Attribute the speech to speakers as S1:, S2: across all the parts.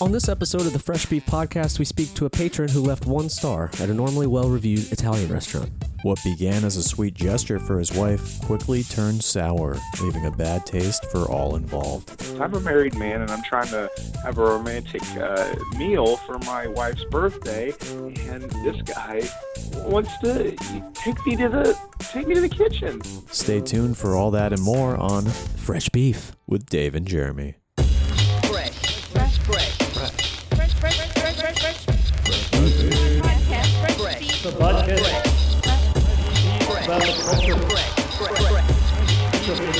S1: On this episode of the Fresh Beef Podcast, we speak to a patron who left one star at a normally well reviewed Italian restaurant.
S2: What began as a sweet gesture for his wife quickly turned sour, leaving a bad taste for all involved.
S3: I'm a married man and I'm trying to have a romantic uh, meal for my wife's birthday, and this guy wants to take me to the take me to the kitchen.
S2: Stay tuned for all that and more on
S1: Fresh Beef.
S2: With Dave and Jeremy.
S4: Fresh, fresh, fresh, fresh, fresh, fresh, fresh, fresh, fresh, fresh, the podcast, fresh, about the culture, fresh, fresh, fresh,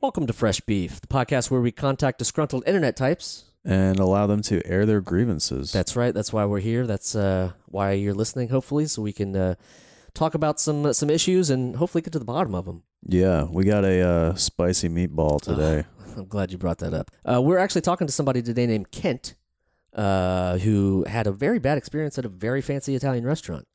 S1: Welcome to Fresh Beef, the podcast where we contact disgruntled internet types.
S2: And allow them to air their grievances.
S1: That's right. That's why we're here. That's uh, why you're listening, hopefully, so we can uh, talk about some some issues and hopefully get to the bottom of them.
S2: yeah, we got a uh, spicy meatball today.
S1: I'm glad you brought that up. Uh, we're actually talking to somebody today named Kent, uh, who had a very bad experience at a very fancy Italian restaurant.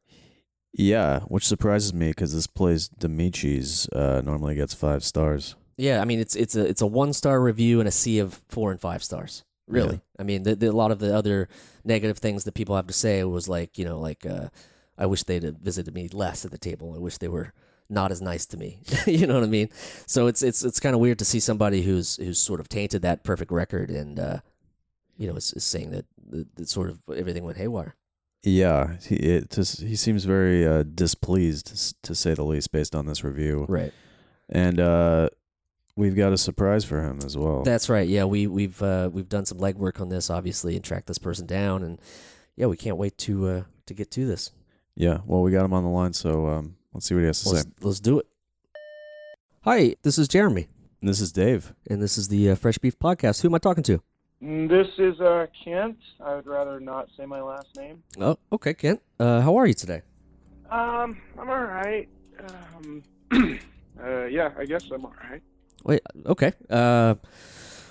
S2: yeah, which surprises me because this place, Demici's, uh, normally gets five stars.
S1: Yeah, I mean it's it's a it's a one star review in a sea of four and five stars. Really, I mean the, the, a lot of the other negative things that people have to say was like you know like uh, I wish they'd have visited me less at the table. I wish they were not as nice to me. you know what I mean? So it's it's it's kind of weird to see somebody who's who's sort of tainted that perfect record and uh, you know is, is saying that, that that sort of everything went haywire.
S2: Yeah, he, it just, he seems very uh, displeased, s- to say the least, based on this review.
S1: Right.
S2: And uh, we've got a surprise for him as well.
S1: That's right. Yeah, we we've uh, we've done some legwork on this obviously and tracked this person down and yeah, we can't wait to uh, to get to this.
S2: yeah, well, we got him on the line, so um, let's see what he has to
S1: Let's,
S2: say.
S1: let's do it. Hi, this is Jeremy,
S2: This is Dave.
S1: and this is the uh, Fresh Beef Podcast. Who am I talking to?
S3: This is uh, Kent. I would rather not say my last name.
S1: Oh, okay, Kent. Uh, how are you today?
S3: Um, I'm all right. Um, uh, yeah, I guess I'm all right.
S1: Wait, okay. Uh,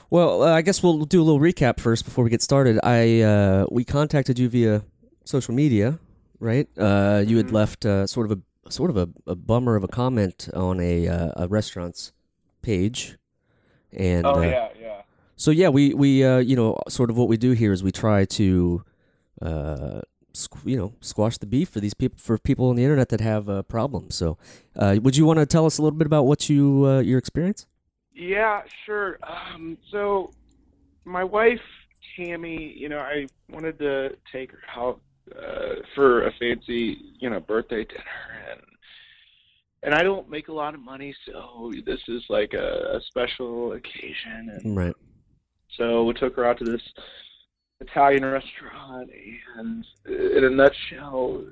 S1: well, uh, I guess we'll do a little recap first before we get started. I uh, we contacted you via social media, right? Uh, you had left uh, sort of a sort of a, a bummer of a comment on a uh, a restaurant's page, and
S3: Oh
S1: uh,
S3: yeah, yeah.
S1: So yeah, we we uh, you know sort of what we do here is we try to, uh, squ- you know, squash the beef for these people for people on the internet that have uh, problems. So, uh, would you want to tell us a little bit about what you uh, your experience?
S3: Yeah, sure. Um, so my wife Tammy, you know, I wanted to take her out uh, for a fancy, you know, birthday dinner, and and I don't make a lot of money, so this is like a, a special occasion, and
S1: Right.
S3: so we took her out to this Italian restaurant, and in a nutshell,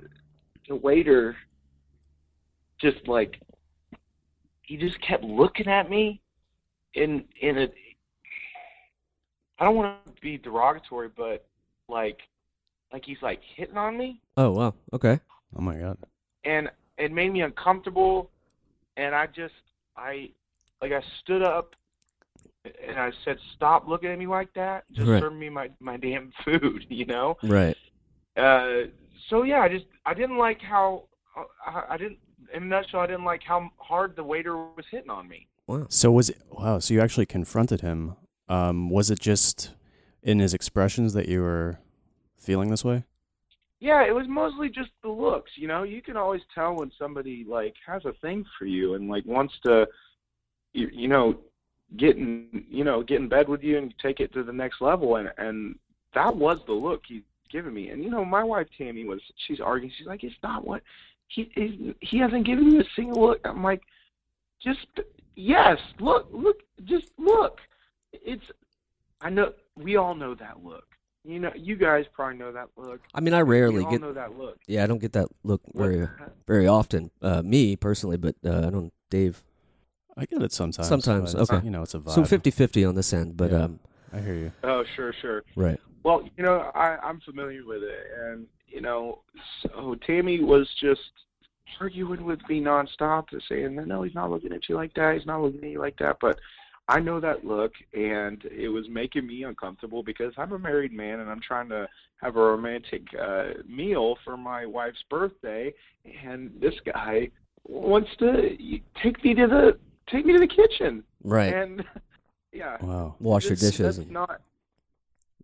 S3: the waiter just like he just kept looking at me, in in a I don't want to be derogatory, but like like he's like hitting on me,
S1: Oh wow. Okay.
S2: Oh my god.
S3: and it made me uncomfortable, and I just I like I stood up. And I said, "Stop looking at me like that. Just
S1: Right.
S3: serve me my my damn food, you know."
S1: Right.
S3: uh, so yeah, I just I didn't like how uh, I, I didn't in a nutshell I didn't like how hard the waiter was hitting on me.
S1: Wow.
S5: So was it, wow, so you actually confronted him. Um, was it just in his expressions that you were feeling this way?
S3: Yeah, it was mostly just the looks. You know, you can always tell when somebody like has a thing for you and like wants to, you, you know, get in you know get in bed with you and take it to the next level. And and that was the look he's given me. And you know, my wife Tammy was she's arguing. She's like, it's not what he he, he hasn't given you a single look. I'm like, just yes, look, look, just look. It's I know we all know that look. You know, you guys probably know that look.
S1: I mean, I rarely
S3: We all
S1: get.
S3: know that look.
S1: Yeah, I don't get that look
S3: What-
S1: very very often. Uh, me personally, but uh, I don't. Dave.
S5: I get it sometimes.
S1: Sometimes,
S5: but,
S1: okay.
S5: You know, it's a vibe.
S1: So 50-50 on this end, but
S5: Yeah.
S1: um.
S5: I hear you.
S3: Oh, sure, sure.
S1: Right.
S3: Well, you know, I, I'm familiar with it, and you know, so Tammy was just arguing with me nonstop, just saying, "No, no, he's not looking at you like that. He's not looking at you like that." But I know that look, and it was making me uncomfortable because I'm a married man, and I'm trying to have a romantic uh, meal for my wife's birthday, and this guy wants to you- take me to the take me to the kitchen
S1: Right.
S3: and yeah
S5: Wow.
S1: Wash your
S3: That's-
S1: dishes.
S3: that's
S1: and-
S3: not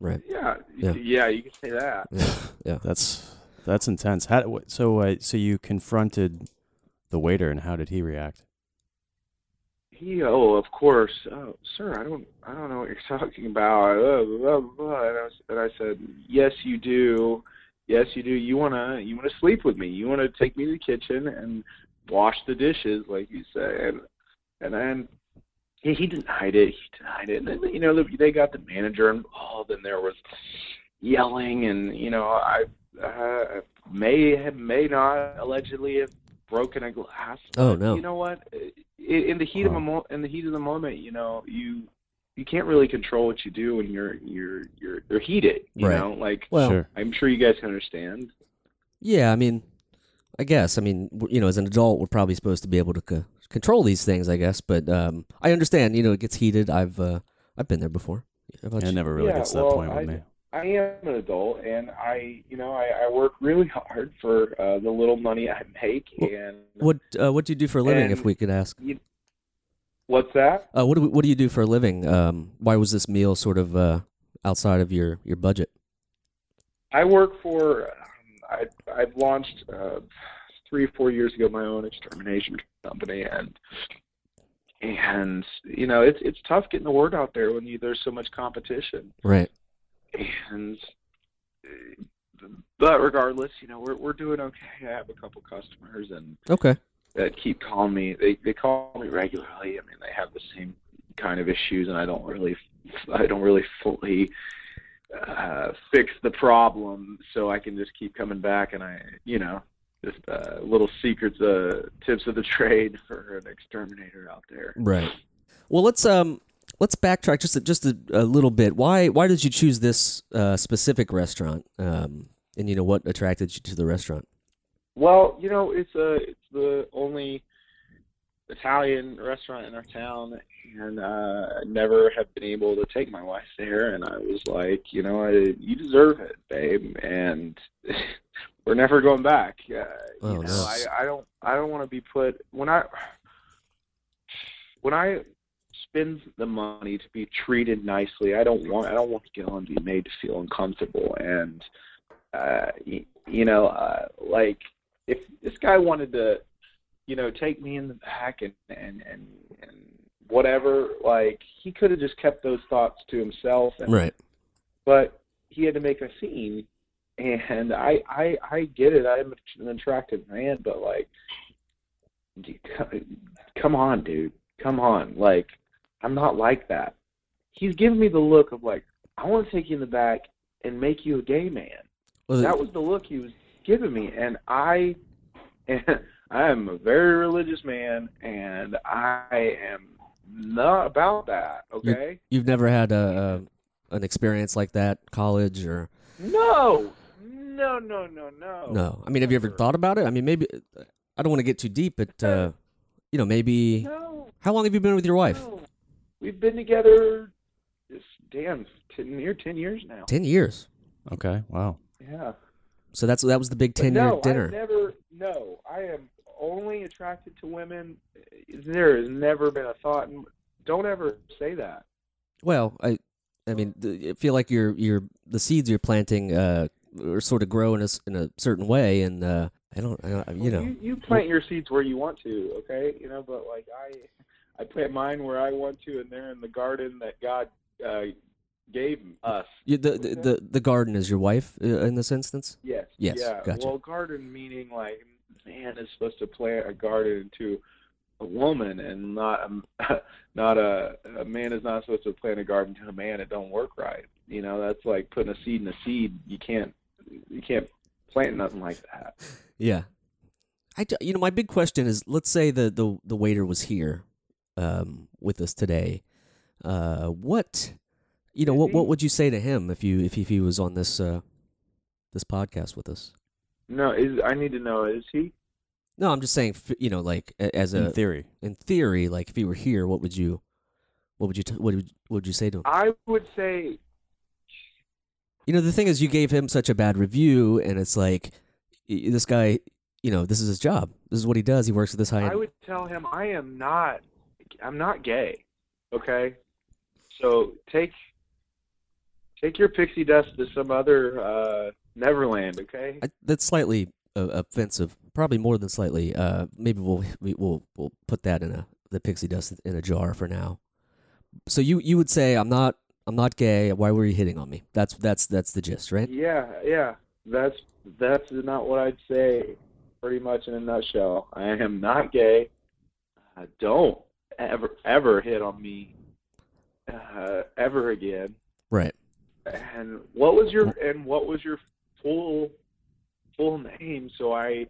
S1: right.
S3: yeah,
S1: Yeah.
S3: yeah you can say that
S1: Yeah. yeah.
S5: That's that's intense. How wh- so uh, so you confronted the waiter and how did he react?
S3: he oh of course oh sir i don't i don't know what you're talking about uh, blah, blah, blah. And, I was, and i said yes you do yes you do you want to you want to sleep with me you want to take me to the kitchen and wash the dishes like you say and and then he, he denied it he denied it and then, you know they got the manager involved and there was yelling and you know i uh, may have may not allegedly have broken a glass
S1: Oh no.
S3: you know what? I- In the heat of a mo- in the heat of the moment, you know, you you can't really control what you do when you're you're you're, you're heated. You
S1: Right.
S3: know, like
S1: well,
S5: sure.
S3: I'm sure you guys can understand.
S1: yeah. I mean, I guess. I mean, w- you know, as an adult, we're probably supposed to be able to c- control these things, I guess. But um, I understand. You know, it gets heated. I've uh, I've been there before. How about
S5: It
S1: you?
S5: never really
S3: Yeah,
S5: gets to that
S3: well,
S5: point with
S3: I-
S5: me.
S3: I am an adult, and I you know I, I work really hard for uh, the little money I make. And
S1: What uh, What do you do for a living, if
S3: And-
S1: we could ask?
S3: what's that?
S1: Uh, what do we, What do you do for a living? Um, why was this meal sort of uh, outside of your your budget?
S3: I work for. Um, I I've launched uh, three or four years ago my own extermination company, and and you know it's it's tough getting the word out there when you, there's so much competition.
S1: Right.
S3: And uh, but regardless, you know we're we're doing okay. I have a couple customers and
S1: Okay.
S3: that keep calling me. They they call me regularly. I mean, they have the same kind of issues, and I don't really, I don't really fully uh, fix the problem. So I can just keep coming back, and I, you know, just uh, little secrets, uh, tips of the trade for an exterminator out there.
S1: Right. Well, let's um let's backtrack just a, just a, a little bit. Why why did you choose this uh, specific restaurant? Um, and you know what attracted you to the restaurant?
S3: Well, you know, it's uh it's the only Italian restaurant in our town, and uh, I never have been able to take my wife there. And I was like, you know, I, you deserve it, babe, and we're never going back. Uh,
S1: Oh,
S3: you know,
S1: no.
S3: I, I don't, I don't want to be put when I when I spend the money to be treated nicely. I don't want, I don't want to get on to be made to feel uncomfortable. And uh, y- you know, uh, like if this guy wanted to, you know, take me in the back and and and, and whatever, like he could have just kept those thoughts to himself. And,
S1: Right.
S3: But he had to make a scene, and I I I get it. I'm an attractive man, but like, d- come on, dude, come on. Like, I'm not like that. He's giving me the look of like, I want to take you in the back and make you a gay man
S1: Well,
S3: that was the look he was giving me and i i am a very religious man and i am not about that okay
S1: you've never had a, a an experience like that, college or
S3: no no no no no
S1: no? I mean, have you ever
S3: Oh, never.
S1: thought about it? I mean, maybe I don't want to get too deep, but uh, you know, maybe
S3: no
S1: how long have you been with your wife?
S3: no. we've been together this damn ten, near ten years now
S1: Ten years.
S5: Okay. Wow.
S3: yeah
S1: So that's that was the big
S3: But
S1: ten year
S3: no,
S1: dinner.
S3: I never. No, I am only attracted to women. There has never been a thought. in- Don't ever say that.
S1: Well, I, I mean, th- I feel like you're you're the seeds you're planting uh are sort of grow in a s- in a certain way, and uh, I don't, I don't you
S3: Well,
S1: know,
S3: Oh, you, you plant your seeds where you want to, okay? You know, but like I, I plant mine where I want to, and they're in the garden that God uh, gave us.
S1: you, the, the the the garden is your wife uh, in this instance.
S3: Yes.
S1: Yes,
S3: Yeah.
S1: gotcha.
S3: Well, garden meaning like man is supposed to plant a garden to a woman, and not a, not a a man is not supposed to plant a garden to a man. It don't work right. You know, that's like putting a seed in a seed. You can't you can't plant nothing like that.
S1: Yeah, I d- you know my big question is let's say the the the waiter was here, um, with us today, uh, what, you know, what what would you say to him if you if he, if he was on this uh, this podcast with us?
S3: No, is I need to know is he
S1: No, I'm just saying, f- you know, like a- as a
S5: In theory.
S1: in theory, like if you were here, what would you, what would you, t- what would what would you say to him?
S3: I would say
S1: You know, the thing is, you gave him such a bad review, and it's like y- this guy, you know, this is his job. This is what he does. He works at this high
S3: I
S1: end.
S3: would tell him I am not I'm not gay. Okay? So take take your pixie dust to some other uh Neverland, okay?
S1: I, that's slightly uh, offensive, probably more than slightly. Uh, maybe we'll we, we'll we'll put that in a the pixie dust in a jar for now. So you you would say I'm not I'm not gay. Why were you hitting on me? That's that's that's the gist, right?
S3: Yeah, yeah. That's that's not what I'd say pretty much in a nutshell. I am not gay. Uh, don't ever ever hit on me uh, ever again.
S1: Right.
S3: And what was your and what was your full full name so I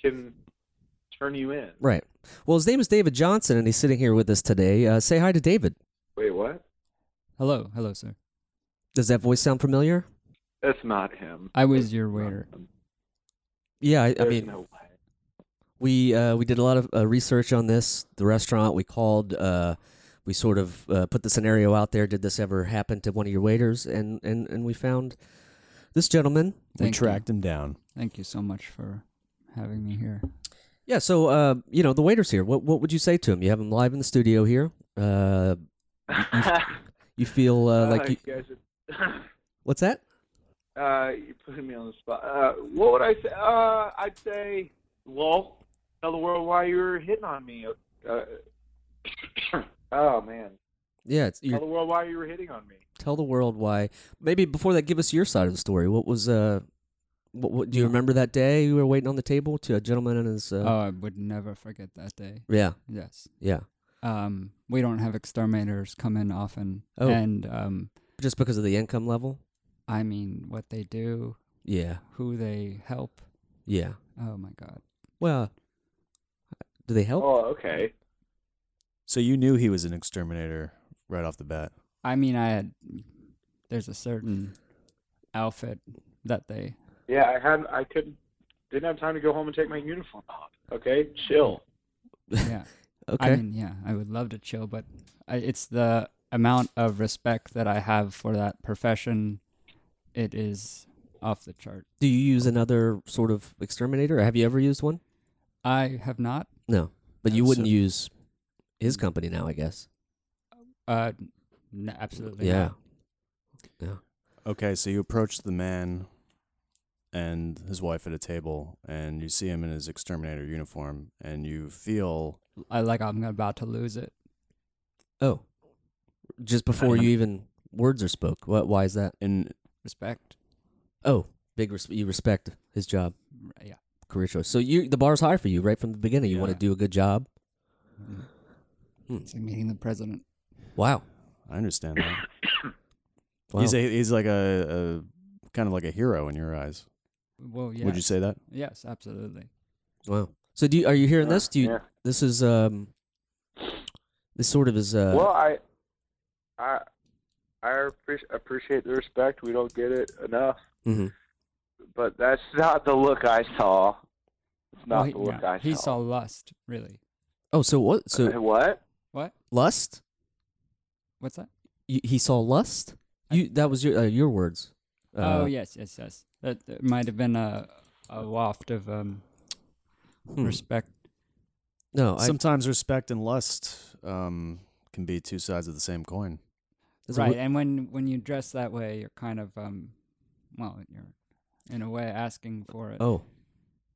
S3: can turn you in?
S1: Right. Well, his name is David Johnson, and he's sitting here with us today. Uh, say hi to David.
S3: Wait, what?
S6: Hello, hello, sir.
S1: Does that voice sound familiar?
S3: That's not him.
S6: I was
S1: um,
S6: your waiter.
S1: Yeah, I, I
S3: There's
S1: mean,
S3: no way.
S1: we uh, we did a lot of uh, research on this. The restaurant we called, uh, we sort of uh, put the scenario out there. Did this ever happen to one of your waiters? And and and we found this gentleman.
S2: We
S6: Thank you.
S2: tracked him down.
S6: Thank you so much for having me here.
S1: Yeah. So uh, you know, the waiter's here. What what would you say to him? You have him live in the studio here. Uh, you feel uh, like you,
S3: guys are-
S1: what's that?
S3: Uh, you're putting me on the spot. Uh, what would I say? Uh, I'd say, well, tell the world why you were hitting on me. Uh, oh man,
S1: Yeah, it's,
S3: tell
S1: you
S3: the world why you were hitting on me.
S1: tell the world why. Maybe before that, give us your side of the story. What was uh, what, what do you remember that day you were waiting on the table to a gentleman and his uh,
S6: Oh, I would never forget that day.
S1: yeah
S6: Yes.
S1: yeah
S6: Um, we don't have exterminators come in often,
S1: Oh.
S6: and um,
S1: just because of the income level.
S6: I mean, what they do,
S1: Yeah,
S6: who they help.
S1: yeah.
S6: Oh my God.
S1: Well, do they help?
S3: Oh, okay.
S5: So you knew he was an exterminator right off the bat.
S6: I mean, I had. There's a certain outfit that they.
S3: Yeah, I had. I couldn't. Didn't have time to go home and take my uniform off. Okay, chill.
S6: Yeah.
S1: okay.
S6: I mean, yeah, I would love to chill, but I, it's the amount of respect that I have for that profession. It is off the chart.
S1: do you use another sort of exterminator? Have you ever used one?
S6: I have not.
S1: No, but you
S5: Uh,
S1: wouldn't
S5: so-
S1: use his company now, I guess.
S6: Uh, n- absolutely.
S1: yeah.
S6: not.
S5: Okay, so you approach the man and his wife at a table, and you see him in his exterminator uniform, and you feel
S6: I like. I'm about to lose it.
S1: Oh, just before you even words are spoke. What? Why is that?
S5: in
S6: Respect.
S1: Oh, big. Res- you respect his job,
S6: R- Yeah.
S1: career choice. So you, the bar's high for you right from the beginning. You want to
S6: Yeah.
S1: do a good job.
S6: It's like meeting the president.
S1: Wow.
S5: I understand that
S1: wow.
S5: he's a, he's like a, a kind of like a hero in your eyes.
S6: Well, yes.
S5: Would you say that?
S6: Yes, absolutely.
S1: wow. So do you, are you hearing this? Do you,
S3: Yeah.
S1: this is um, this sort of is uh,
S3: well, I, I, I appreci- appreciate the respect. We don't get it enough,
S1: mhm.
S3: but that's not the look I saw. It's not
S6: Well, he,
S3: the look
S6: no,
S3: I
S6: he saw lust. Really.
S1: Oh, so what? So
S3: what?
S6: What?
S1: lust.
S6: What's that?
S1: You, he saw lust. You that was your uh, your words. Uh,
S6: oh yes, yes, yes. That, that might have been a a waft of um
S1: hmm.
S6: respect.
S1: No, I,
S5: Sometimes respect and lust um, can be two sides of the same coin.
S1: that's a
S6: Right,
S1: w-
S6: and when when you dress that way, you're kind of um, well, you're in a way asking for it.
S1: oh,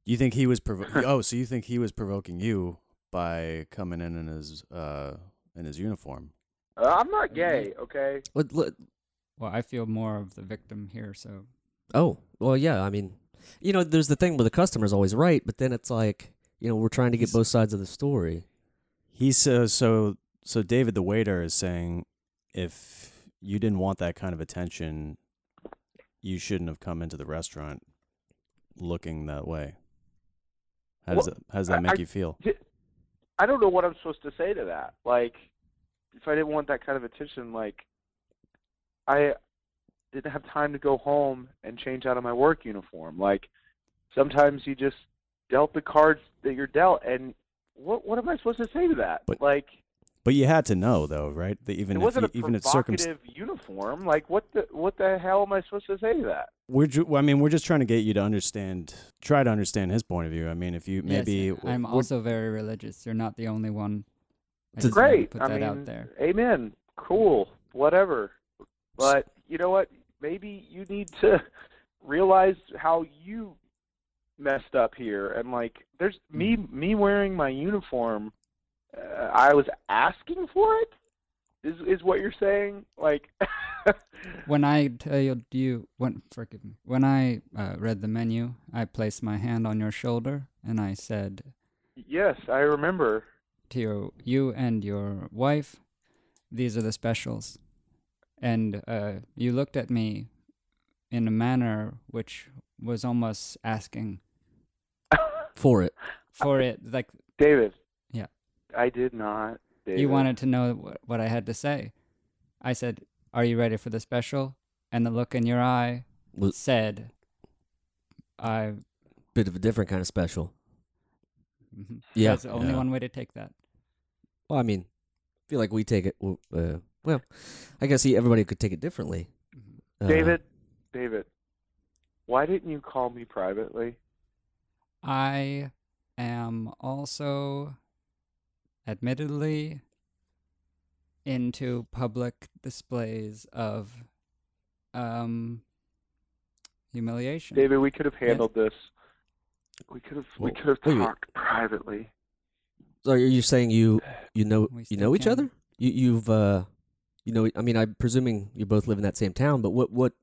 S5: You think he was provo- oh, so you think he was provoking you by coming in in his uh, in his uniform?
S3: Uh, I'm not gay, okay?
S1: let, let,
S6: Well, I feel more of the victim here, so
S1: oh. Well, yeah. I mean, you know, there's the thing where the customer's always right, but then it's like, you know, we're trying to get both sides of the story.
S5: He says so. So David, the waiter, is saying if you didn't want that kind of attention, you shouldn't have come into the restaurant looking that way. How does
S3: Well,
S5: that, how does that
S3: I-
S5: make
S3: I-
S5: you feel?
S3: I don't know what I'm supposed to say to that. Like, if I didn't want that kind of attention, like, I didn't have time to go home and change out of my work uniform. Like, sometimes you just dealt the cards that you're dealt, and what what am I supposed to say to that?
S5: But
S3: like,
S5: But you had to know, though, right? That even
S3: it
S5: if
S3: wasn't
S5: you,
S3: a
S5: even at circum-
S3: provocative uniform. Like, what the what the hell am I supposed to say to that?
S5: we're ju- well, I mean we're just trying to get you to understand try to understand his point of view. I mean if you
S6: Yes, uh,
S5: maybe w-
S6: I'm
S5: would-
S6: also very religious. You're not the only one. I
S1: To-
S6: just wanted to
S3: Great.
S6: Put
S3: I
S6: that
S3: mean,
S6: out there.
S3: amen. Cool. Whatever. But you know what? Maybe you need to realize how you messed up here. And like, there's
S6: Hmm.
S3: me me wearing my uniform. Uh, I was asking for it. Is is what you're saying? Like,
S6: When I tell you, do you when forgive me? When I uh, read the menu, I placed my hand on your shoulder and I said
S3: yes, I remember.
S6: to your, you and your wife, "These are the specials," and uh, you looked at me in a manner which was almost asking
S1: for it.
S6: for it, like
S3: David.
S6: Yeah.
S3: I did not. David.
S6: You wanted to know wh- what I had to say. I said, "Are you ready for the special?" And the look in your eye
S1: Was-
S6: said, "I."
S1: Bit of a different kind of special.
S6: mhm.
S1: Yeah.
S6: That's the only
S5: Yeah.
S6: one way to take that.
S1: Well, I mean, I feel like we take it. w- Uh, well, I guess he, everybody could take it differently.
S6: Mm-hmm.
S1: Uh,
S3: David. David. Why didn't you call me privately?
S6: I am also, admittedly, into public displays of, um, humiliation.
S3: David, we could have handled this. We could have we
S1: Well,
S3: could have
S1: wait a minute.
S3: talked privately.
S1: So are you saying you you know
S6: We
S1: you
S6: still
S1: know each
S6: can.
S1: other? You you've uh, you know I mean I'm presuming you both live in that same town, but what what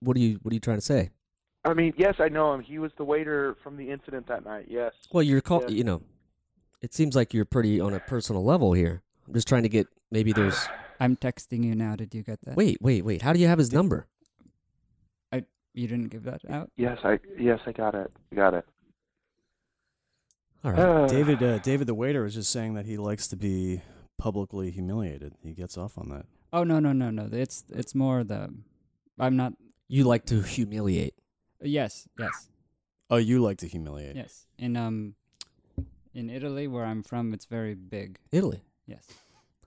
S1: what are you what are you trying to say?
S3: I mean, yes, I know him. He was the waiter from the incident that night. Yes.
S1: Well, you're call
S3: Yeah.
S1: you know, it seems like you're pretty on a personal level here. I'm just trying to get maybe there's
S6: I'm texting you now. Did you get that?
S1: wait wait wait. How do you have his number?
S6: You didn't give that out?
S3: Yes, I yes, I got it. Got it.
S1: All right.
S3: Uh,
S5: David uh, David the waiter was just saying that he likes to be publicly humiliated. He gets off on that.
S6: Oh no no no no! It's it's more the, I'm not.
S1: You like to humiliate.
S6: Yes yes
S5: Oh, you like to humiliate. Oh,
S6: yes. In um, in Italy where I'm from, it's very big.
S1: Italy.
S6: Yes,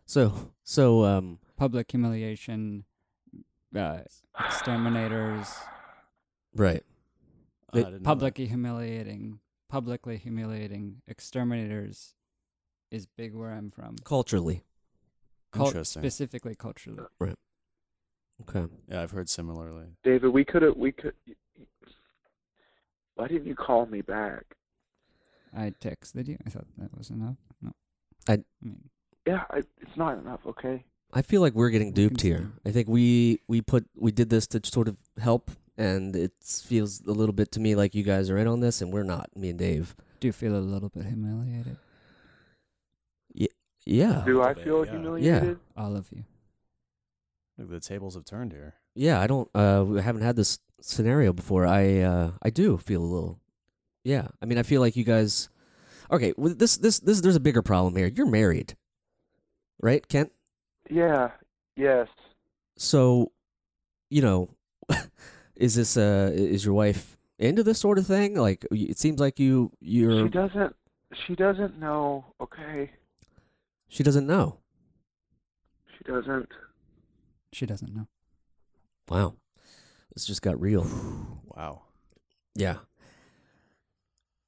S1: So so um
S6: public humiliation, uh, exterminators,
S1: right. It-
S5: Oh, I didn't know that.
S6: publicly humiliating, publicly humiliating exterminators, is big where I'm from.
S1: Culturally.
S6: Cult-
S5: Interesting.
S6: Specifically culturally.
S1: Okay.
S5: Yeah, I've heard similarly.
S3: David, we could have we could Why didn't you call me back?
S6: I texted you. I thought that was enough. No.
S1: I-
S6: mean,
S3: Yeah, I, it's not enough, okay?
S1: I feel like we're getting duped here.
S6: Interesting.
S1: I think we we put we did this to sort of help and it feels a little bit to me like you guys are in on this and we're not, me and Dave.
S6: do you feel a little bit humiliated,
S1: Oh, Yeah.
S3: Do
S5: little
S3: I
S5: bit,
S3: feel
S5: yeah.
S3: humiliated?
S6: all of you.
S5: Look, the tables have turned here.
S1: Yeah, I don't uh we haven't had this scenario before. I uh I do feel a little Yeah. I mean, I feel like you guys Okay, well, this this this there's a bigger problem here. You're married. Right, Kent?
S3: Yeah. Yes.
S1: so you know is this uh is your wife into this sort of thing like y- it seems like you you're
S3: She doesn't she doesn't know, okay?
S1: she doesn't know
S3: She doesn't.
S6: She doesn't know.
S1: wow this just got real
S5: Wow.
S1: yeah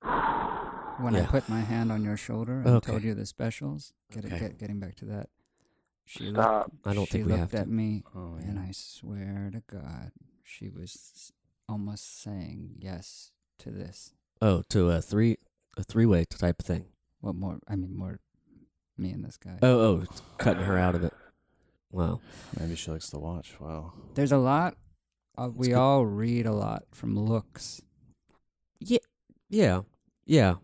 S6: When I
S1: Yeah.
S6: put my hand on your shoulder and
S1: Okay.
S6: told you the specials, get,
S1: Okay.
S6: get, getting back to that, she looked,
S3: Stop.
S1: i don't
S6: she
S1: think we
S6: looked
S1: have
S6: at
S1: to
S6: me
S5: Oh,
S6: and I swear to God, she was almost saying yes to this.
S1: oh to a three a three way type of thing
S6: What more? I mean, more me and this guy.
S1: oh oh it's cutting her out of it wow
S5: Maybe she likes to watch. Wow.
S6: There's a lot. Uh, we
S1: good.
S6: all read a lot from looks.
S1: yeah yeah yeah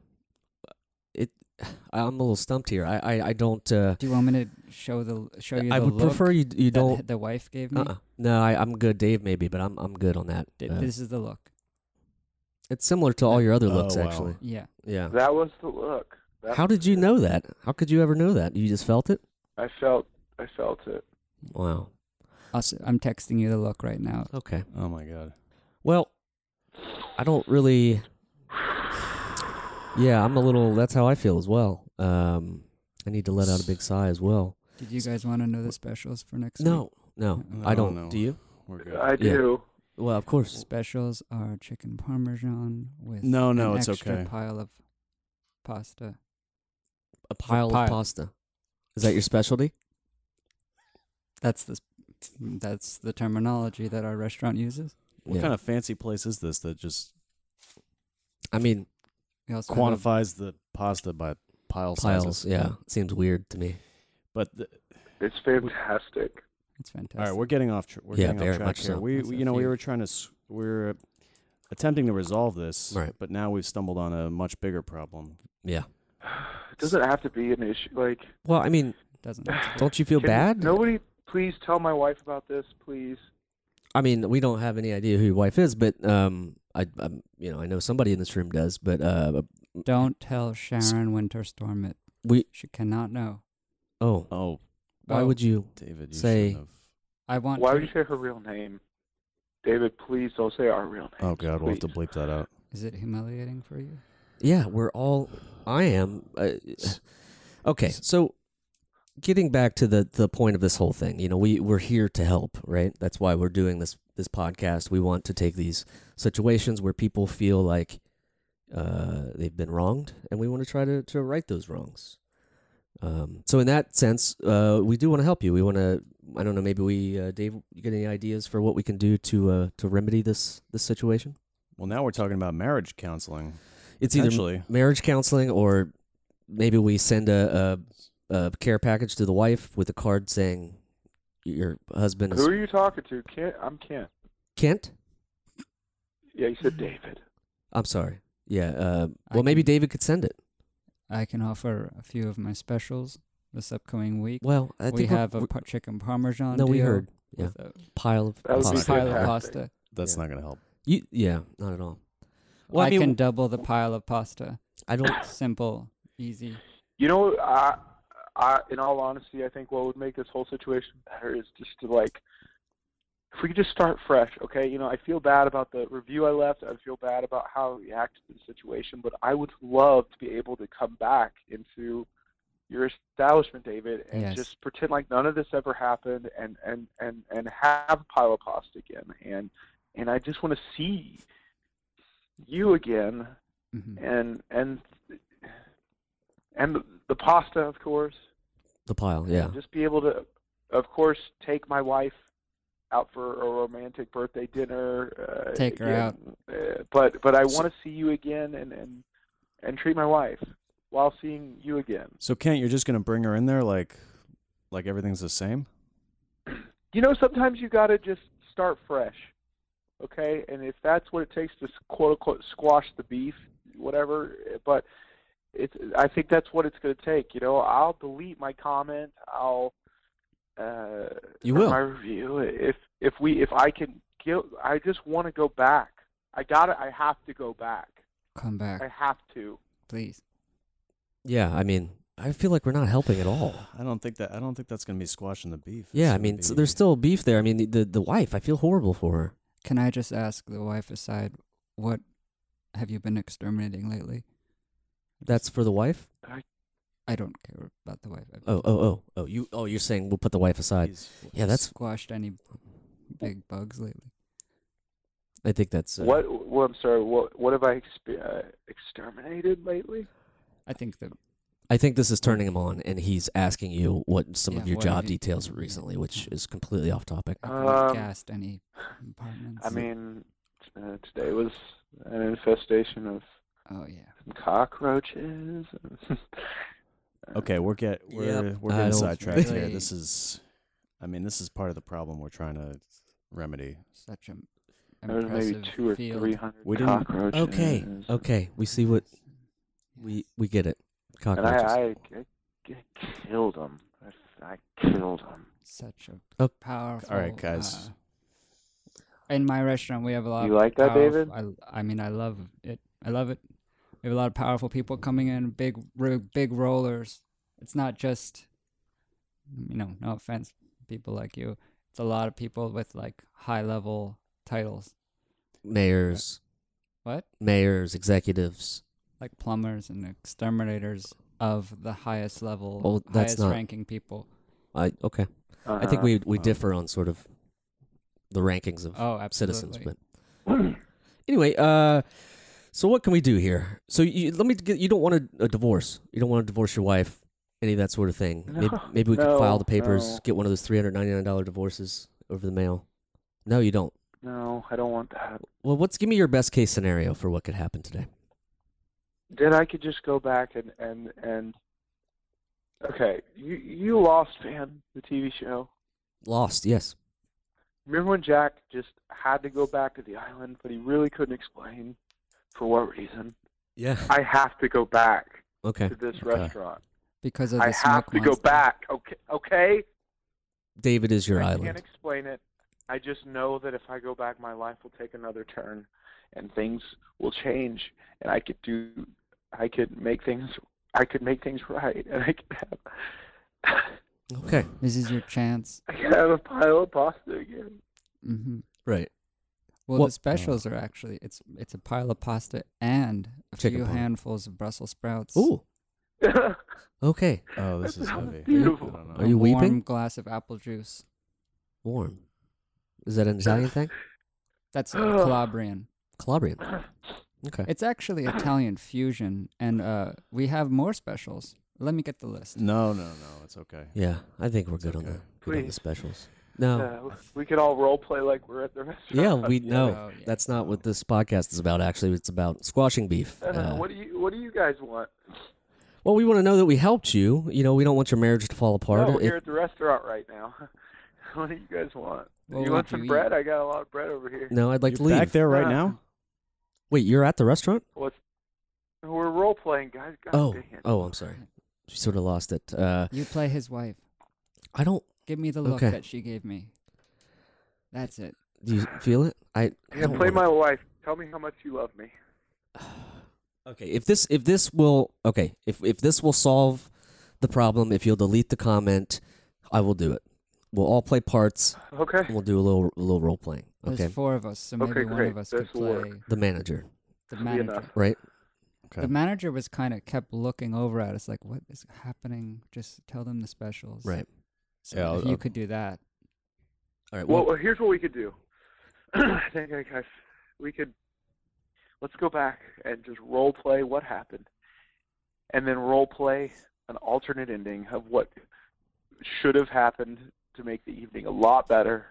S1: Uh, it i'm a little stumped here i i, I don't uh
S6: Do you want me to show the show you?
S1: i
S6: the
S1: would
S6: look
S1: prefer you you
S6: that
S1: don't
S6: The wife gave me.
S1: uh-uh. no I, i'm good dave maybe but i'm i'm good on that
S6: Th-
S1: Uh,
S6: This is the look.
S1: It's similar to all your other
S5: Oh,
S1: looks,
S5: wow.
S1: actually.
S6: Yeah.
S1: Yeah.
S3: That was the look. That's
S1: How did you know that? How could you ever know that? You just felt it?
S3: I felt I felt it.
S1: Wow.
S6: Also, I'm texting you the look right now.
S1: Okay.
S5: Oh my god.
S1: Well, I don't really. Yeah, I'm a little. That's how I feel as well. Um, I need to let out a big sigh as well.
S6: Did you guys want to know the specials for next week?
S1: No, no, I don't.
S5: know.
S1: Do you?
S5: We're good.
S3: I do.
S1: Well, of course.
S6: Specials are chicken parmesan with
S5: No, no,
S6: an
S5: it's okay.
S6: extra pile of pasta.
S1: A pile of
S6: pile.
S1: pasta. Is that your specialty?
S6: That's the s- that's the terminology that our restaurant uses.
S5: What kind of fancy place is this that just
S1: I mean,
S6: We also have a-
S5: quantifies the pasta by pile
S1: piles.
S5: sizes?
S1: Yeah, seems weird to me.
S5: But the,
S3: It's fantastic.
S6: it's fantastic.
S5: all right, we're getting off. Tr- we're
S1: Yeah,
S5: getting
S1: very
S5: off track
S1: much
S5: here.
S1: so.
S5: We,
S6: That's
S5: we-
S6: a
S5: you know, we
S6: few.
S5: were trying to s- we're attempting to resolve this,
S1: Right.
S5: But now we've stumbled on a much bigger problem.
S1: Yeah.
S3: Does it have to be an issue? Like,
S1: Well, I mean,
S6: Doesn't
S1: don't you feel
S3: can
S1: bad?
S3: Nobody, please tell my wife about this, please.
S1: I mean, we don't have any idea who your wife is, but um, I, i you know, I know somebody in this room does, but uh,
S6: don't tell Sharon Winterstorm it.
S1: we.
S6: She cannot know.
S1: Oh,
S5: Oh,
S1: why
S6: Oh,
S1: would you?
S5: David, you
S1: Say-
S5: shouldn't have.
S6: I want?
S3: Why
S6: to,
S3: would you say her real name? David, please don't say our real name.
S5: Oh God, we'll have to bleep that out.
S6: Is it humiliating for you?
S1: Yeah, we're all. I am. Uh, okay, so getting back to the the point of this whole thing, you know, we we're here to help, right? That's why we're doing this this podcast. We want to take these situations where people feel like uh, they've been wronged, and we want to try to to right those wrongs. Um, so in that sense, uh, we do want to help you. We want to. I don't know. Maybe we, uh, Dave, you got any ideas for what we can do to uh, to remedy this this situation?
S5: Well, now we're talking about marriage counseling.
S1: It's either
S5: Potentially,
S1: marriage counseling or maybe we send a, a, a care package to the wife with a card saying your husband
S3: Who
S1: is
S3: are you talking to? Kent? I'm Kent.
S1: Kent.
S3: Yeah, you said David.
S1: I'm sorry. Yeah. Uh,
S6: I
S1: well, maybe
S6: can-
S1: David could send it.
S6: I can offer a few of my specials this upcoming week.
S1: Well, I
S6: we
S1: think we're-
S6: have a
S1: we're-
S6: par- chicken parmesan.
S1: no. We
S6: deal
S1: heard yeah
S6: with a
S1: pile of
S3: That would be
S1: pasta.
S6: pile of
S3: fantastic.
S6: pasta.
S5: that's
S1: Yeah.
S5: not going to help.
S1: You, yeah, not at all.
S6: I, can double the pile of pasta.
S1: I don't.
S6: Simple, easy.
S3: You know, what, I, I, in all honesty, I think what would make this whole situation better is just to like, if we could just start fresh, okay? You know, I feel bad about the review I left. I feel bad about how I reacted to the situation, but I would love to be able to come back into your establishment, David, and
S6: Yes.
S3: just pretend like none of this ever happened, and and and and have a pile of pasta again, and and I just want to see you again
S6: hmm
S3: and and and the, the pasta, of course.
S1: The pile. Yeah.
S3: And just be able to, of course, take my wife out for a romantic birthday dinner. Uh,
S6: Take her
S3: again. Uh, but but I want to see you again and and and treat my wife while seeing you again.
S5: So Kent, you're just going to bring her in there like, like everything's the same.
S3: You know, sometimes you got to just start fresh, okay? And if that's what it takes to s- quote unquote squash the beef, whatever. But it's I think that's what it's going to take. You know, I'll delete my comment. I'll uh,
S1: You
S3: from
S1: will.
S3: my review if if we if I can. Get, I just want to go back. I got to I have to go back.
S6: Come back,
S3: I have to.
S6: please.
S1: Yeah. I mean, I feel like we're not helping at all.
S5: I don't think that. I don't think that's going to be squashing the beef. It's
S1: Oh. Yeah. I
S5: gonna
S1: mean, so
S5: be-
S1: there's still beef there. I mean, the, the the wife. I feel horrible for her.
S6: Can I just ask the wife aside, what have you been exterminating lately?
S1: That's for the wife.
S6: I don't care about the wife. I've
S1: Oh. Oh. Oh. Oh. You. Oh. You're saying we'll put the wife aside.
S5: He's-
S1: Yeah. That's.
S6: squashed any big bugs lately.
S1: I think that's. Uh,
S3: What? Well, I'm sorry. What? What have I expe- uh, exterminated lately?
S6: I think that
S1: I think this is turning him on, and he's asking you what some of
S6: Yeah,
S1: your
S6: what have
S1: job
S6: you-
S1: details were recently, which is completely off topic.
S6: I kinda
S3: Um,
S6: gassed any apartments.
S3: I mean, uh, today was an infestation of
S6: oh yeah.
S3: cockroaches.
S5: Okay, we're get
S1: Yep.
S5: we're we're
S1: I
S5: getting
S1: don't
S5: sidetracked here.
S6: really-
S5: This is, I mean, this is part of the problem we're trying to remedy.
S6: such an
S3: There was
S6: impressive
S3: maybe two or
S6: field. Oh,
S3: three hundred
S5: We didn't-
S3: cockroaches.
S1: Okay, okay, we see what we we get it.
S3: And I,
S1: Cockroaches.
S3: I, I, I killed them. I, I killed them.
S6: Such a
S1: Oh.
S6: powerful.
S5: Alright, guys.
S6: uh, in my restaurant, we have a lot.
S3: You
S6: of
S3: like that,
S6: powerful- I, I mean, I love it. I love it. We have a lot of powerful people coming in, big, ro- big rollers. It's not just, you know, no offense, people like you. It's a lot of people with like high level titles.
S1: mayors,
S6: What?
S1: mayors, executives.
S6: Like plumbers and exterminators of the highest level,
S1: Oh, that's
S6: highest
S1: not-
S6: ranking people.
S1: I okay. I
S6: Uh,
S3: Uh-huh.
S1: think we we
S5: wow.
S1: differ on sort of the rankings of
S6: Oh, absolutely.
S1: citizens. But anyway, uh, so what can we do here? So you, let me get. You don't want a, a divorce. You don't want to divorce your wife. Any of that sort of thing. maybe,
S3: No,
S1: maybe we could file
S3: no,
S1: the papers,
S3: no.
S1: get one of those three hundred ninety nine dollar divorces over the mail. No, you don't.
S3: No, I don't want that.
S1: Well, what's give me your best case scenario for what could happen today?
S3: Then I could just go back and and and. Okay, you you lost, man. The TV show.
S1: Lost, yes.
S3: Remember when Jack just had to go back to the island, but he really couldn't explain for what reason?
S1: Yeah.
S3: I have to go back
S1: Okay.
S3: to this
S5: Okay.
S3: restaurant.
S6: because of the
S3: I have
S6: smoke
S3: to go
S6: monster.
S3: back. Okay, okay.
S1: David is your
S3: I can't
S1: island.
S3: explain it. I just know that if I go back, my life will take another turn, and things will change, and I could do, I could make things, I could make things right, and I could have,
S1: Okay.
S6: This is your chance.
S3: I could have a pile of pasta again.
S6: hmm
S1: Right.
S6: Well,
S1: Well-
S6: the specials are actually it's it's a pile of pasta and a
S1: Chicken
S6: few
S1: parm.
S6: handfuls of Brussels sprouts.
S1: Ooh. Okay.
S5: Oh, this is heavy.
S3: Beautiful.
S5: I don't
S1: Are
S5: know.
S6: a
S1: you
S6: warm
S1: weeping?
S6: glass of apple juice.
S1: Warm. Is that an Italian thing?
S6: That's Calabrian.
S1: Calabrian. Okay.
S6: It's actually Italian fusion, and uh, we have more specials. Let me get the list.
S5: No, no, no. It's okay.
S1: Yeah, I think we're good on
S5: okay.
S1: the good on the
S3: Please.
S1: specials. No.
S3: Uh, we could all role play like we're at the restaurant.
S1: Oh. yeah, we know.
S6: Oh, yeah.
S1: That's not what this podcast is about actually. It's about squashing beef.
S3: I don't know.
S1: Uh,
S3: what do you What do you guys want?
S1: well, we want to know that we helped you. You know, we don't want your marriage to fall apart.
S3: No, we're
S1: It-
S3: here at the restaurant right now. What do you guys want? you
S6: What would
S3: want some
S6: you eat?
S3: bread? I got a lot of bread over here.
S1: no, I'd like to
S5: You're
S1: leave.
S5: back there right
S3: Uh,
S5: now?
S1: Wait, you're at the restaurant?
S3: What's we're role playing, guys. God
S1: Oh.
S3: dang it.
S1: Oh, I'm sorry. She sort of lost it. Uh,
S6: You play his wife.
S1: I don't
S6: Give me the look
S1: Okay.
S6: that she gave me. That's it.
S1: do you feel it? I, I
S3: Yeah,
S1: don't
S3: play
S1: wanna-
S3: my wife. Tell me how much you love me.
S1: Okay, if this if this will okay, if if this will solve the problem, if you'll delete the comment, I will do it. We'll all play parts
S3: Okay.
S1: and we'll do a little a little role playing.
S6: There's
S1: Okay.
S6: four of us, so maybe
S3: Okay,
S6: one
S3: great.
S6: of us
S3: This
S6: could
S3: will
S6: play
S3: work.
S1: The manager,
S6: the
S3: Should be
S6: manager.
S3: enough.
S1: right?
S5: Okay.
S6: The manager was kind of kept looking over at us like, "What is happening? Just tell them the specials."
S1: Right.
S6: So
S5: Yeah,
S6: if
S5: I'll-
S6: you
S5: I'll-
S6: could do that.
S1: All right.
S3: Well,
S1: Well,
S3: well, here's what we could do. I think I guess we could let's go back and just role play what happened, and then role play an alternate ending of what should have happened to make the evening a lot better.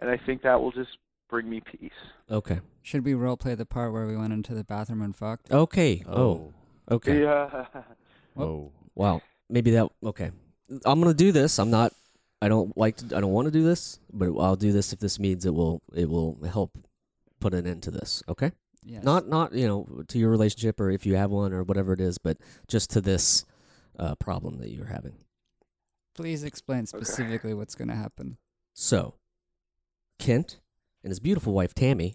S3: And I think that will just bring me peace.
S1: okay.
S6: Should we role play the part where we went into the bathroom and fucked?
S1: Okay. Oh.
S5: Oh.
S1: Okay.
S3: Yeah.
S5: Oh.
S1: Wow. Maybe that okay. I'm going to do this. I'm not I don't like to I don't want to do this, but I'll do this if this means it will it will help put an end to this, okay?
S6: Yes.
S1: not not you know to your relationship or if you have one or whatever it is but just to this uh, problem that you're having
S6: Please explain specifically what's going to happen.
S1: so kent and his beautiful wife tammy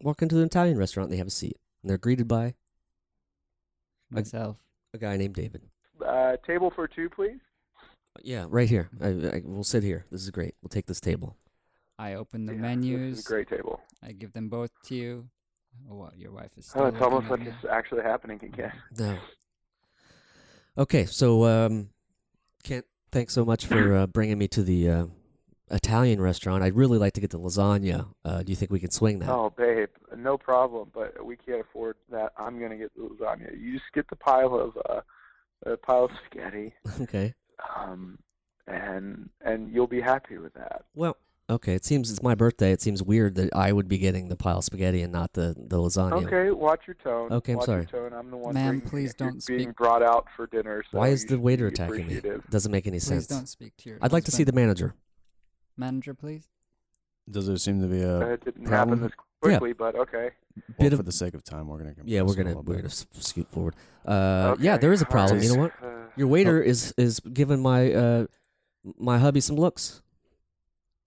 S1: walk into an italian restaurant and they have a seat and they're greeted by Mm.
S6: Myself.
S1: a guy named david
S3: Uh, table for two, please.
S1: yeah right here I, I, we'll sit here this is great we'll take this table
S6: I open the
S3: Yeah, this is a
S6: menus.
S3: Great table.
S6: I give them both to you. Oh, what your wife is. Still
S3: Oh, it's
S6: looking
S3: almost
S6: at
S3: like
S6: me.
S3: it's actually happening again.
S1: no okay so um kent thanks so much for uh, bringing me to the uh, italian restaurant i'd really like to get the lasagna uh, do you think we can swing that
S3: Oh, babe, no problem. But we can't afford that. I'm gonna get the lasagna. You just get the pile of uh, a pile of spaghetti,
S1: okay
S3: um, and and you'll be happy with that.
S1: Well, okay. It seems it's my birthday. It seems weird that I would be getting the pile of spaghetti and not the the lasagna.
S3: Okay, watch your tone.
S1: Okay, I'm
S3: watch
S1: sorry.
S3: Your tone. I'm the one.
S6: Ma'am,
S3: bringing-
S6: please
S3: you're
S6: don't
S3: being
S6: speak-
S3: brought out for dinner. So
S1: Why is
S3: you
S1: the
S3: should
S1: waiter
S3: be
S1: attacking me?
S3: appreciative.
S1: Doesn't make any
S6: Please
S1: sense.
S6: don't speak to your.
S1: I'd like to see the
S6: husband.
S1: manager.
S6: manager, please.
S5: Does there seem to be
S3: Uh,
S5: a
S3: it didn't
S1: problem?
S3: happen this
S1: Yeah.
S3: quickly, but okay.
S5: well,
S1: bit of-
S5: for the sake of time, we're gonna
S1: Yeah,
S5: compress
S1: we're
S5: it a
S1: gonna
S5: little
S1: we're
S5: bit.
S1: gonna s- scoot forward. Uh, yeah,
S3: Okay,
S1: there is a
S3: all
S1: problem. You know what?
S3: right. Uh,
S1: Your waiter
S6: Oh.
S1: is is giving my uh my hubby some looks.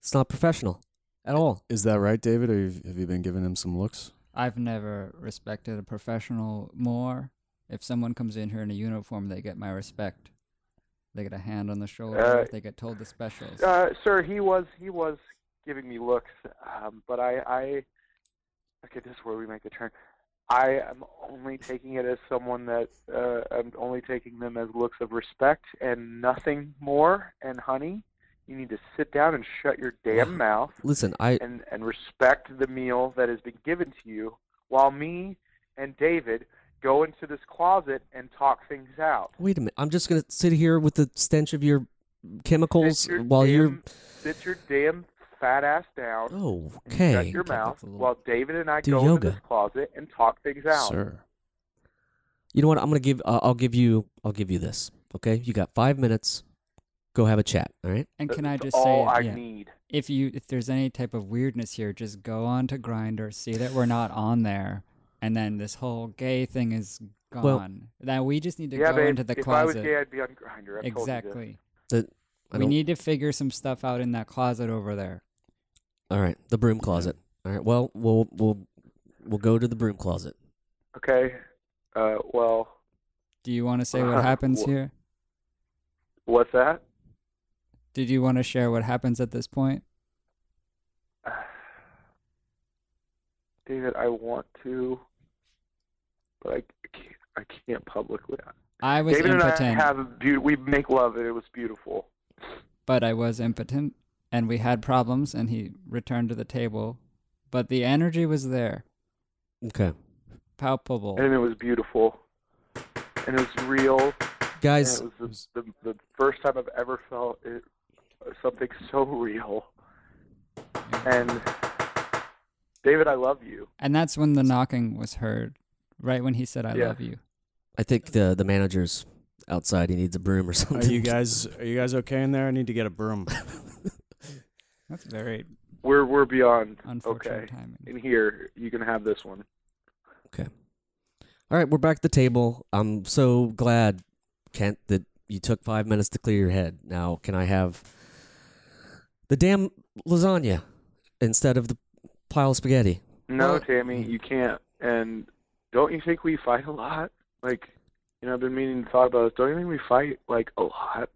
S1: It's not professional at all.
S5: Is that right, David? Or you've- have you been giving him some looks?
S6: I've never respected a professional more. If someone comes in here in a uniform, they get my respect. They get a hand on the shoulder.
S3: Uh,
S6: they get told the specials.
S3: Uh, sir, he was he was giving me looks, um, but I, I okay, this is where we make the turn. I am only taking it as someone that uh, I'm only taking them as looks of respect and nothing more. And honey, You need to sit down and shut your damn mouth
S1: Listen, I
S3: and, and respect the meal that has been given to you while me and David go into this closet and talk things out.
S1: wait a minute. I'm just gonna sit here with the stench of your chemicals
S3: Sit your
S1: while
S3: damn,
S1: you're.
S3: sit your damn fat ass down
S1: Oh,
S3: and shut
S1: okay.
S3: your mouth
S6: that's a little-
S3: while David and I
S1: Do
S3: go into
S1: yoga.
S3: this closet and talk things out.
S5: Sir.
S1: You know what? I'm gonna give. Uh, I'll give you. I'll give you this. Okay, you got five minutes. Go have a chat. All right.
S6: And can I
S3: That's
S6: just say,
S3: all I
S6: yeah,
S3: need.
S6: if you if there's any type of weirdness here, just go on to Grinder, see that we're not on there, and then this whole gay thing is gone.
S1: Well-
S6: now we just need to
S3: yeah,
S6: go
S3: babe,
S6: into the
S3: if I was
S6: closet.
S3: gay, I'd be on Grinder.
S6: exactly.
S1: The, I
S6: We
S1: don't-
S6: need to figure some stuff out in that closet over there.
S1: All right, the broom closet. All right. Well, we'll we'll we'll go to the broom closet.
S3: Okay. Uh, well,
S6: Do you want to say what happens
S3: Wha-
S6: here?
S3: what's that?
S6: Did you want to share what happens at this point?
S3: David, I want to, but I can't. I can't publicly.
S6: I was
S3: David and I
S6: impotent,
S3: have a beaut- We make love, and it was beautiful.
S6: but I was impotent, and we had problems, and he returned to the table, but the energy was there,
S1: Okay,
S6: palpable.
S3: And it was beautiful. And it was real. And
S1: guys.
S3: it was the, the, the first time I've ever felt it, something so real. And David, I love you.
S6: And that's when the knocking was heard, right when he said, I
S3: Yeah.
S6: love you.
S1: I think the the manager's outside. He needs a broom or
S5: Are
S1: something.
S5: you guys are you guys okay in there? I need to get a broom.
S6: That's very
S3: We're we're beyond
S6: unfortunate
S3: okay.
S6: timing.
S3: And here, you can have this one.
S1: All right, we're back at the table. I'm so glad, Kent, that you took five minutes to clear your head. Now, can I have the damn lasagna instead of the pile of spaghetti?
S3: No,
S1: Well-
S3: Tammy, you can't. And don't you think we fight a lot? Like, you know, I've been meaning to thought about this. Don't you think we fight like a lot?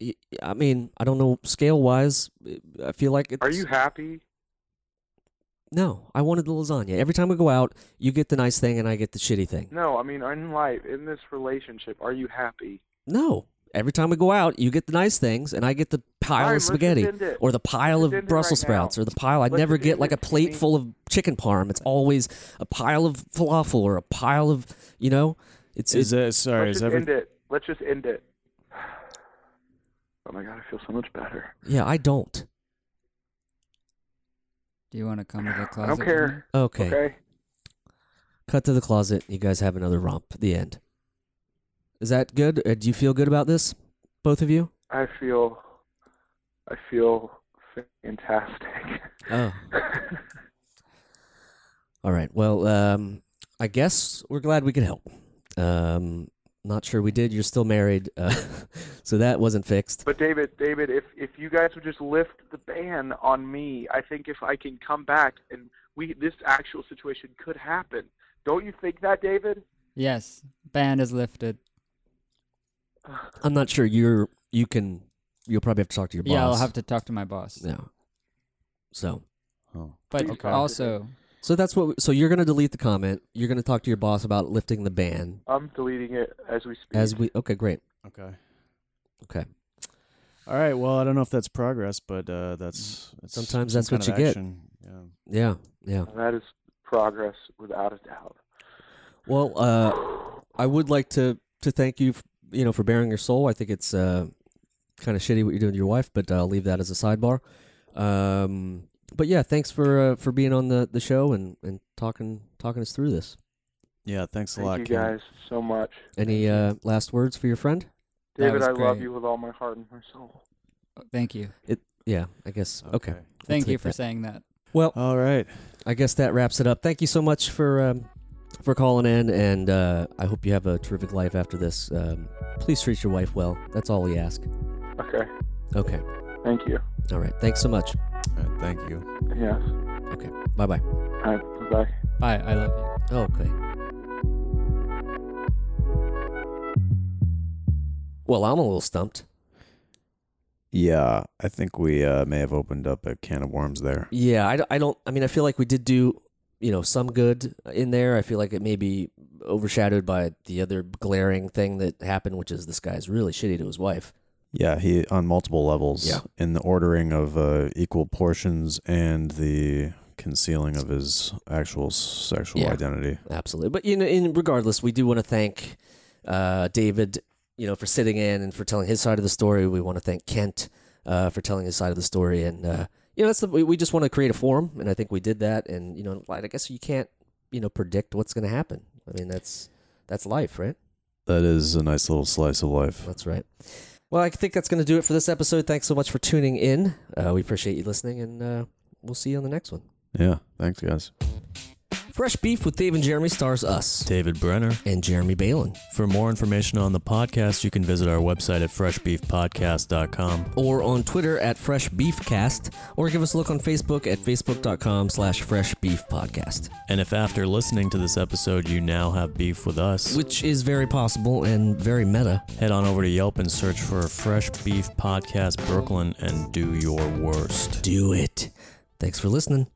S1: Y- I mean, I don't know scale wise. I feel like it's,
S3: Are you happy?
S1: No, I wanted the lasagna. Every time we go out, you get the nice thing and I get the shitty thing.
S3: No, I mean, in life, in this relationship, are you happy?
S1: No. Every time we go out, you get the nice things, and I get the pile
S3: All right,
S1: of
S3: let's
S1: spaghetti,
S3: just end it.
S1: or the pile
S3: Let's
S1: of
S3: end it
S1: Brussels
S3: right now.
S1: sprouts, or the pile. I
S3: Let's
S1: never
S3: just
S1: get
S3: end
S1: like
S3: it,
S1: a plate
S3: Jimmy.
S1: full of chicken parm. It's always a pile of falafel or a pile of, you know, it's,
S5: Is
S1: it's
S5: it sorry,
S3: Let's
S5: is
S3: just
S5: every
S3: end it. Let's just end it. Oh my god, I feel so much better.
S1: yeah. I don't.
S6: Do you want to come to the
S3: I
S6: closet?
S3: don't
S6: with me?
S3: care.
S1: "Mm, Okay.
S3: Okay.
S1: Cut to the closet. You guys have another romp. The end. Is that good? Uh, do you feel good about this, both of you?
S3: I feel. I feel fantastic.
S1: Oh. All right. Well, um, I guess we're glad we could help. Um, not sure we did. You're still married, uh, so that wasn't fixed.
S3: But David, David, if if you guys would just lift the ban on me, I think if I can come back and we this actual situation could happen. Don't you think that, David?
S6: Yes, band is lifted.
S1: I'm not sure you're you can. You'll probably have to talk to your boss.
S6: Yeah, I'll have to talk to my boss.
S1: Yeah. So,
S5: oh.
S6: But
S3: Okay.
S6: also,
S1: so that's what. We, so you're gonna delete the comment. You're gonna talk to your boss about lifting the ban
S3: I'm deleting it as we speak.
S1: as we. Okay, great.
S5: Okay.
S1: Okay.
S5: All right. Well, I don't know if that's progress, but uh, that's, that's
S1: Sometimes
S5: some
S1: that's what
S5: kind of
S1: you get.
S5: action. get.
S1: Yeah.
S5: Yeah.
S1: Yeah.
S3: that is progress without a doubt.
S1: Well, uh, I would like to to thank you, f- you know, for bearing your soul. I think it's uh, kind of shitty what you're doing to your wife, but uh, I'll leave that as a sidebar. Um, but yeah, thanks for uh, for being on the, the show and, and talking talking us through this.
S5: Yeah. Thanks a
S3: Thank
S5: lot,
S3: you
S5: Ken.
S3: guys so much.
S1: Any uh, last words for your friend?
S6: That
S3: David,
S6: was
S3: I love
S6: great.
S3: you with all my heart and my soul.
S6: thank you.
S1: Yeah, I guess. Okay.
S6: Uh, Thank you
S1: take
S6: for uh,
S1: that.
S6: saying that.
S1: Well,
S5: All right.
S1: I guess that wraps it up. Thank you so much for um, for calling in, and uh, I hope you have a terrific life after this. Um, please treat your wife well. That's all we ask.
S3: Okay.
S1: Okay.
S3: Thank you.
S1: All right. Thanks so much.
S5: All right. Thank you.
S3: Yes.
S1: Okay. Bye bye.
S3: All right. Bye.
S6: Bye. I love you.
S1: Okay. Well, I'm a little stumped.
S5: Yeah, I think we uh, may have opened up a can of worms there.
S1: Yeah, I, d- I don't. I mean, I feel like we did do, you know, some good in there. I feel like it may be overshadowed by the other glaring thing that happened, which is this guy's really shitty to his wife.
S5: Yeah, he on multiple levels.
S1: Yeah.
S5: in the ordering of uh, equal portions and the concealing of his actual sexual
S1: Yeah.
S5: identity.
S1: Absolutely. But you know, in regardless, we do want to thank uh, David, you know, for sitting in and for telling his side of the story. We want to thank Kent uh, for telling his side of the story, and uh, you know, that's the, we we just want to create a forum, and I think we did that. And you know, like, I guess you can't, you know, predict what's going to happen. I mean, that's that's life, right?
S5: That is a nice little slice of life.
S1: That's right. Well, I think that's going to do it for this episode. Thanks so much for tuning in. Uh, we appreciate you listening, and uh, we'll see you on the next one.
S5: Yeah, thanks guys.
S1: Fresh Beef with Dave and Jeremy stars us
S2: David Brenner.
S1: and Jeremy Balin.
S2: For more information on the podcast, you can visit our website at freshbeefpodcast.com.
S1: or on Twitter at Fresh Beef Cast, or give us a look on Facebook at facebook.com slash Fresh Beef Podcast,
S2: And if after listening to this episode you now have beef with us,
S1: which is very possible and very meta.
S2: head on over to Yelp and search for Fresh Beef Podcast Brooklyn and do your worst.
S1: Do it. Thanks for listening.